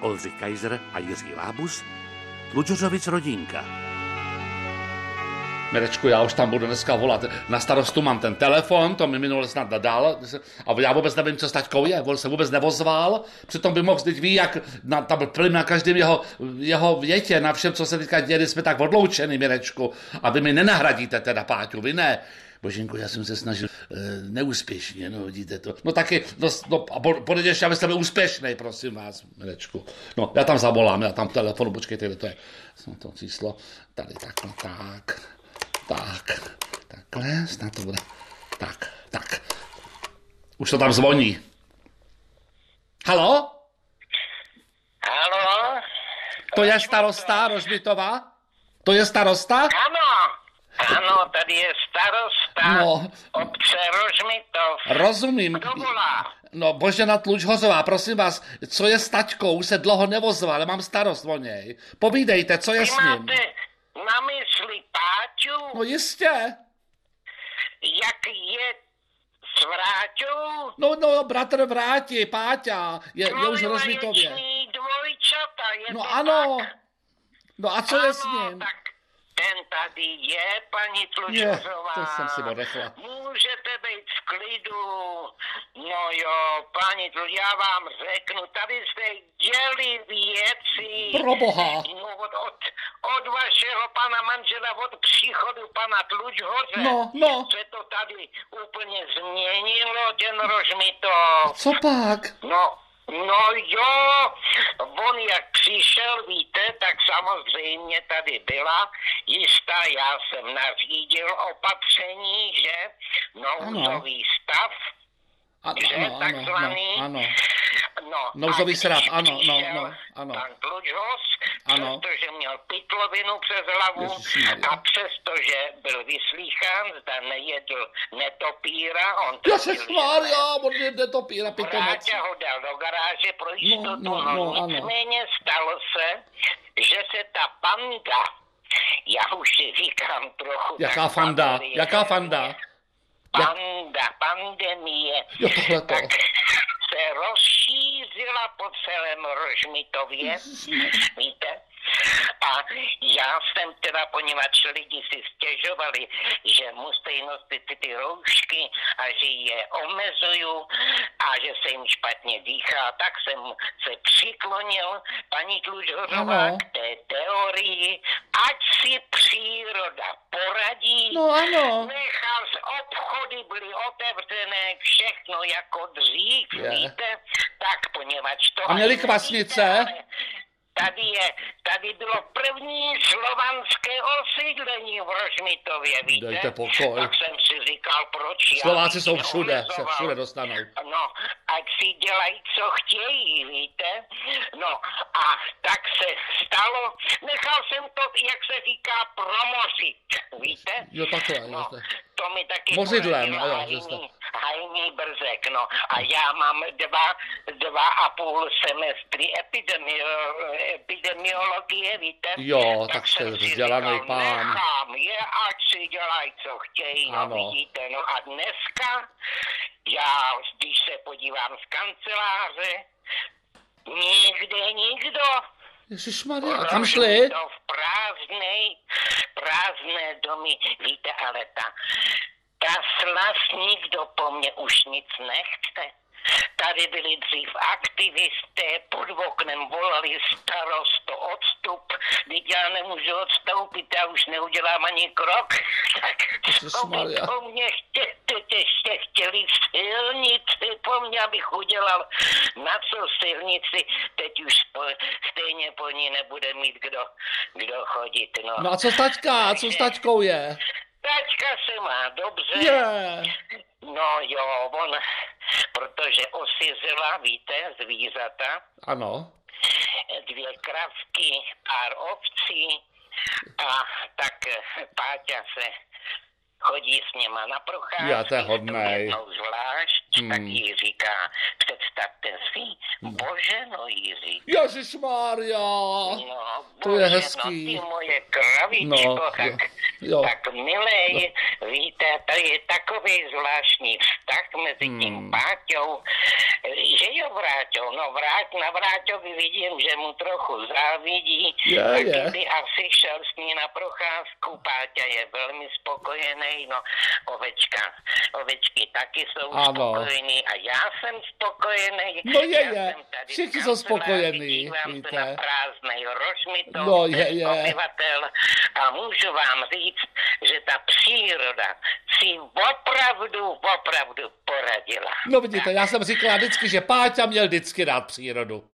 Oldřich Kaiser a Jiří Lábus, Tlučořovic rodinka. Mirečku, já už tam budu dneska volat. Na starostu mám ten telefon, to mi minule snad dal. A já vůbec nevím, co s taťkou je. On se vůbec nevozval. Přitom by mohl, teď ví, jak na, tam plyn na každém jeho, jeho větě, na všem, co se teďka děje, jsme tak odloučeni, Mirečku. A vy mi nenahradíte teda, Páťu, vy ne. Boženko, já jsem se snažil e, neúspěšně, no vidíte to. No taky, no, no a podeděš, abyste byl úspěšný, prosím vás, Mirečku. No, já tam zavolám, já tam telefonu, počkejte, kde to je. Jsem to číslo, tady takhle, tak, tak, takhle, snad to bude, tak, tak. Už to tam zvoní. Halo? Halo? To je starosta Rožbitová? To je starosta? Ano, ano, tady je starosta No. obce Rožmitov. Rozumím. Kdo volá? No, Božena Tlučhozová, prosím vás, co je s taťkou? Už se dlouho nevozval, ale mám starost o něj. Povídejte, co je Vy s ním? máte na mysli Páťu, No jistě. jak je s Vráťou? No, no, bratr vrátí, Páťa, je, je už Dvojvaječný rozvitově. dvojčata, je No to ano. tak? No a co je s Ano, ním? tak ten tady je, paní Tlučová. Je, to jsem si odechla. Můžete být v klidu. No jo, paní Tlu, já vám řeknu, tady jste děli věci. Proboha. No, od, od, od vašeho pana manžela, od příchodu pana Tlučhoře. No, no. Se to tady úplně změnilo, ten Rožmitov. Co pak? No, no jo, on jak přišel, víte, tak samozřejmě tady byla jistá, já jsem nařídil opatření, že nouzový stav, A, že ano, ano, ano, takzvaný. ano. No, Nouzový a když srap, ano, no, přišel no, ano. Pan Klučhos, Ano. přestože měl pitlovinu přes hlavu Ježišmarja. a přestože byl vyslýchán, zda nejedl netopíra, on že Ježišmarja, on je netopíra, pitomec. Vráťa ho dal do garáže pro jistotu, no, no, no, ano. nicméně stalo se, že se ta panda, já už si říkám trochu... Jaká tak fanda, pandemie, jaká fanda? jak- Panda, pandemie, Jo, tohle to. tak se rozšířila po celém Rožmitově, víte? A já jsem teda, poněvadž lidi si stěžovali, že musí nosit ty, ty roušky a že je omezuju a že se jim špatně dýchá, tak jsem se přiklonil paní Tlužhorová Ano. k té teorii, ať si příroda poradí. No ano. Nechal z obchody byly otevřené všechno jako dřív, Je. víte? Tak poněvadž to... A měli ani kvasnice? nevíte, ale Tady je, tady bylo první slovanské osídlení v Rožmitově, víte? Dejte pokoj. Tak jsem si říkal, proč já Slováci bych jsou se všude, se omezoval. všude dostanou. No, ať si dělají, co chtějí, víte? No, a tak se stalo, nechal jsem to, jak se říká, promořit, víte? Jo, takhle, jo, No, tak- to mi taky Mořidlem, poradil no, jo, že jste- hajný- hajný brzek, no. A já mám dva, dva a půl semestry epidemio, epidemiologie, víte? Jo, tak jste jsem si vzdělaný říkal, pán. Nechám je, ať si dělají, co chtějí, no, Ano. vidíte. No a dneska, já, když se podívám z kanceláře, nikde nikdo. Ježišmarja, a kam šli? To v prázdnej, prázdné domy, víte, ale ta, ta slast nikdo po mně už nic nechce. Tady byli dřív aktivisté, pod oknem volali starosto odstup, teď já nemůžu odstoupit, já už neudělám ani krok, tak co by Ježišmarja. po mně chtěli, ještě chtěli silnici, po mně abych udělal na co silnici, teď už po, stejně po ní nebude mít kdo, kdo chodit, no. No a co s taťka, a co s taťkou je? Tačka se má dobře. Je. No jo, on, protože osizila, víte, zvířata, Ano. dvě kravky, pár ovcí a tak eh, Páťa se chodí s něma na procházky. Já, to je hodnej. Jednou zvlášť, hmm. tak jí říká, před tak ten svý Hmm. Boženo Jiří. Ježíš Mária. No, To je bože, hezký. No, ty moje kravičko, No, tak, jo, No. jo. tak milej, víte, to je takový zvláštní vztah mezi tím Hmm. Páťou, že jo Vráťou, no Vrát, na Vráťovi vidím, že mu trochu závidí, Je, tak je. kdyby asi šel s ní na procházku, Páťa je velmi spokojený, no ovečka, ovečky taky jsou Ano. spokojený a já jsem spokojený. No je, já je. jsem tady v Všichni jsou kanceláři, spokojený, dívám se víte. na prázdnej rožmitou No, no, je, je. obyvatel a můžu vám říct, že ta příroda si opravdu, opravdu poradila. No vidíte, já jsem říkala vždycky, že Páťa měl vždycky rád přírodu.